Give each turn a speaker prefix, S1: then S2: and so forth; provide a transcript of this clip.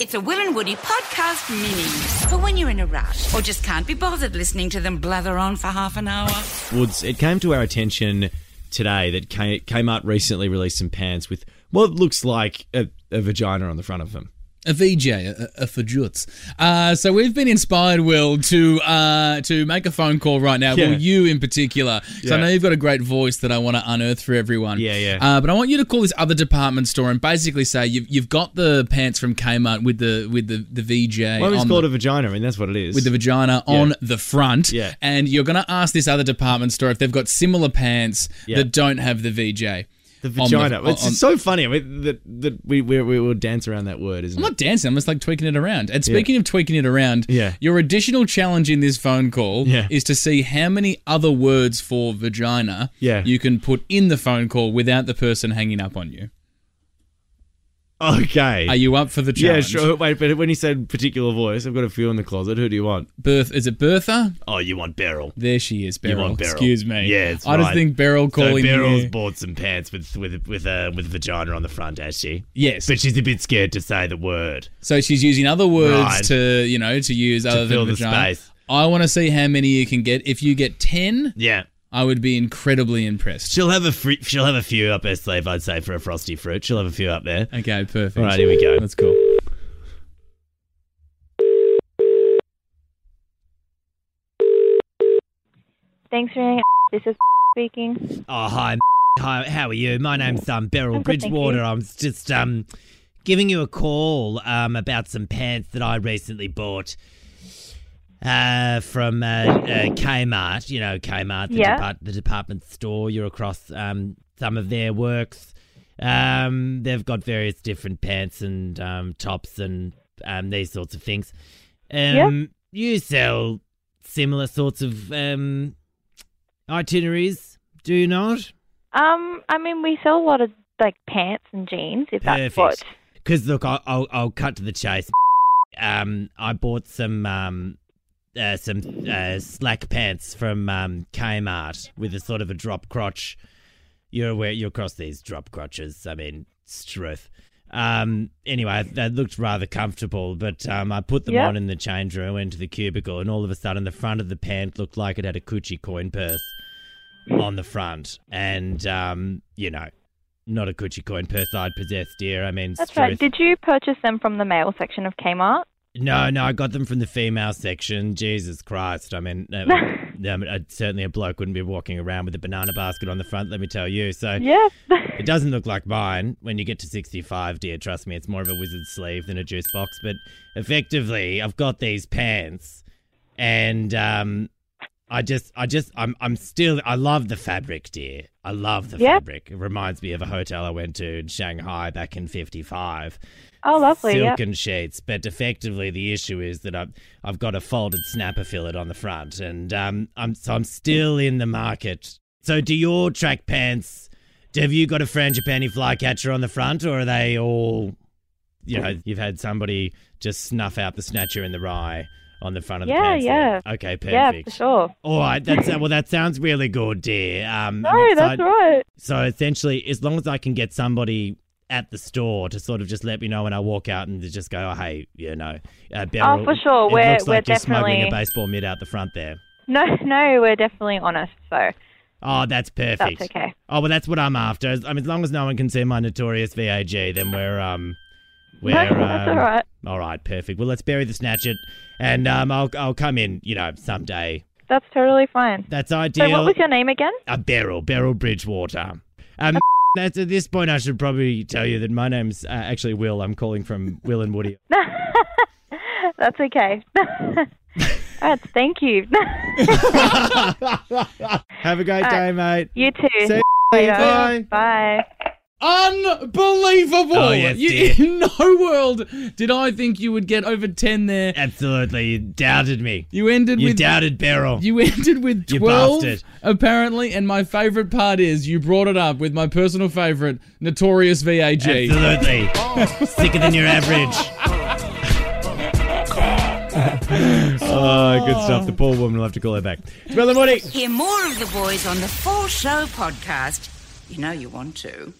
S1: It's a Will and Woody podcast mini for when you're in a rush or just can't be bothered listening to them blather on for half an hour.
S2: Woods, it came to our attention today that K- Kmart recently released some pants with what looks like a, a vagina on the front of them.
S3: A VJ, a, a fajutz. Uh, so we've been inspired, Will, to uh, to make a phone call right now.
S2: Yeah.
S3: Will, you in particular. So I
S2: Yeah.
S3: know you've got a great voice that I want to unearth for everyone.
S2: Yeah, yeah.
S3: Uh, but I want you to call this other department store and basically say you've, you've got the pants from Kmart with the with the, the VJ
S2: Well, it's
S3: on
S2: called
S3: the,
S2: a vagina, I mean, that's what it is.
S3: with the vagina on the front.
S2: Yeah.
S3: And you're going to ask this other department store if they've got similar pants
S2: Yeah.
S3: that don't have the VJ.
S2: The
S3: on
S2: vagina.
S3: on-
S2: it's so funny I mean, that, that we, we, we will dance around that word, isn't
S3: I'm
S2: it?
S3: not dancing. I'm just like tweaking it around. And speaking of tweaking it around,
S2: Yeah.
S3: your additional challenge in this phone call
S2: Yeah.
S3: is to see how many other words for vagina
S2: Yeah.
S3: you can put in the phone call without the person hanging up on you.
S2: Okay.
S3: Are you up for the
S2: yeah,
S3: challenge?
S2: sure. Wait, but when you said particular voice, I've got a few in the closet. Who do you want?
S3: Berth, is it Bertha?
S2: Oh, you want Beryl.
S3: There she is, Beryl.
S2: want Beryl.
S3: Excuse me.
S2: Yeah, it's
S3: I just
S2: right.
S3: think Beryl calling
S2: so Beryl's
S3: you.
S2: bought some pants with with with uh, with vagina on the front, has she?
S3: Yes.
S2: But she's a bit scared to say the word.
S3: So she's using other words
S2: Right.
S3: to, you know, to use other
S2: fill the
S3: than vagina.
S2: space.
S3: I want to see how many you can get. If you get 10,
S2: Yeah.
S3: I would be incredibly impressed.
S2: She'll have a fr- she'll have a few up her sleeve, I'd say, for a frosty fruit. She'll have a few up there.
S3: Okay, perfect.
S2: All right, here we go.
S3: That's cool.
S4: Thanks for hanging. This is speaking.
S2: Oh hi, hi. How are you? My name's um Beryl
S4: I'm good, thank
S2: Bridgewater.
S4: you.
S2: I'm just um giving you a call um about some pants that I recently bought. Uh, from uh, uh, Kmart, you know Kmart, the,
S4: Yeah.
S2: depart- the department store. You're across um, some of their works. Um, they've got various different pants and um, tops and um, these sorts of things. Um, You sell similar sorts of um, itineraries, do you not?
S4: Um, I mean, we sell a lot of like pants and jeans. If that's
S2: Perfect.
S4: what.
S2: Because look, I'll, I'll I'll cut to the chase. Um, I bought some um, uh, some uh, slack pants from um, Kmart with a sort of a drop crotch. You're aware you're across these drop crotches. I mean, struth. Um, anyway, they looked rather comfortable, but um, I put them
S4: Yeah.
S2: on in the change room, went to the cubicle, and all of a sudden the front of the pant looked like it had a coochie coin purse on the front, and um, you know, not a coochie coin purse I'd possess, dear. I mean,
S4: That's
S2: struth.
S4: right. Did you purchase them from the male section of Kmart?
S2: No, no, I got them from the female section. Jesus Christ. I mean, uh, um, uh, certainly a bloke wouldn't be walking around with a banana basket on the front, let me tell you. So
S4: Yes.
S2: it doesn't look like mine when you get to 65, dear. Trust me, it's more of a wizard's sleeve than a juice box. But effectively, I've got these pants and. Um, I just, I just, I'm, I'm still, I love the fabric, dear. I love the
S4: Yeah.
S2: fabric. It reminds me of a hotel I went to in Shanghai back in '55
S4: Oh, lovely. Yeah.
S2: silken sheets, but effectively the issue is that I've I've got a folded snapper fillet on the front, and um, I'm so I'm still in the market. So do your track pants? Have you got a frangipani flycatcher on the front, or are they all? You know, you've had somebody just snuff out the snatcher in the rye on the front of the
S4: Yeah,
S2: pants. there.
S4: yeah.
S2: Okay, perfect.
S4: Yeah, for sure.
S2: All right, that's well. That sounds really good, dear. Um,
S4: No,
S2: I'm
S4: that's
S2: excited-
S4: right.
S2: so essentially, as long as I can get somebody at the store to sort of just let me know when I walk out and to just go, oh, hey, you know, uh, Beryl,
S4: Oh, for sure.
S2: It
S4: We're-
S2: looks like
S4: we're
S2: you're smuggling a
S4: definitely-
S2: baseball mitt out the front there.
S4: No, no, we're definitely honest. So
S2: Oh, that's perfect.
S4: that's okay.
S2: Oh, well, that's what I'm after. As, I mean, as long as no one can see my notorious VAG, then we're um, we're
S4: That's-
S2: um,
S4: that's all right.
S2: All right, perfect. Well, let's bury the snatchet, and um, I'll I'll come in, you know, someday.
S4: That's totally fine.
S2: That's
S4: So
S2: ideal.
S4: what was your name again?
S2: a Uh, Beryl, Beryl Bridgewater. Um, that's at this point, I should probably tell you that my name's uh, actually Will. I'm calling from Will and Woody.
S4: That's okay. That's, thank you.
S2: Have a great day, mate.
S4: you too.
S2: See you
S4: Later.
S2: Bye.
S4: Bye.
S3: Unbelievable!
S2: Oh, yes,
S3: You- in no world did I think you would get over ten there.
S2: Absolutely, you doubted me.
S3: You ended
S2: You
S3: with
S2: doubted Beryl.
S3: you ended with
S2: You
S3: twelve
S2: bastard.
S3: apparently, and my favourite part is you brought it up with my personal favourite, Notorious VAG.
S2: Absolutely, sicker than your average. oh, good stuff. The poor woman will have to call her back. It's Will and Woody.
S1: Hear more of the boys on the Full Show podcast. You know you want to.